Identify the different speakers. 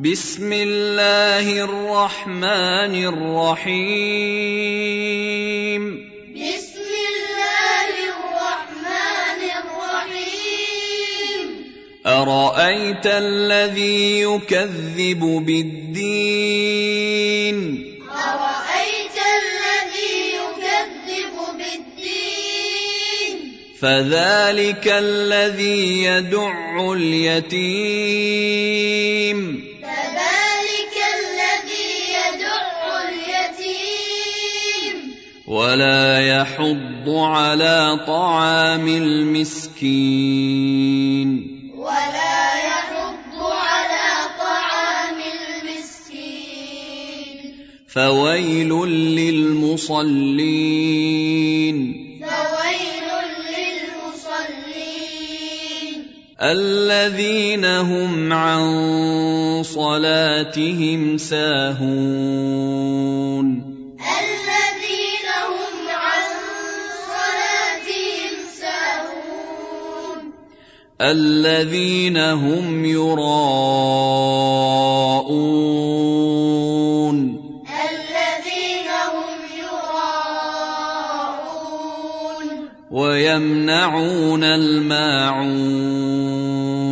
Speaker 1: بسم الله الرحمن الرحيم
Speaker 2: بسم الله الرحمن الرحيم
Speaker 1: أرأيت الذي يكذب بالدين
Speaker 2: أرأيت الذي يكذب بالدين
Speaker 1: فذلك الذي يدع اليتيم
Speaker 2: فذلك الذي يدع اليتيم
Speaker 1: ولا يحض على طعام المسكين
Speaker 2: ولا يحض على طعام المسكين
Speaker 1: فويل للمصلين
Speaker 2: فويل للمصلين
Speaker 1: الذين هم عن صلاتهم ساهون
Speaker 2: الذين هم عن صلاتهم ساهون
Speaker 1: الذين هم يراءون
Speaker 2: الذين هم يراءون
Speaker 1: ويمنعون الماعون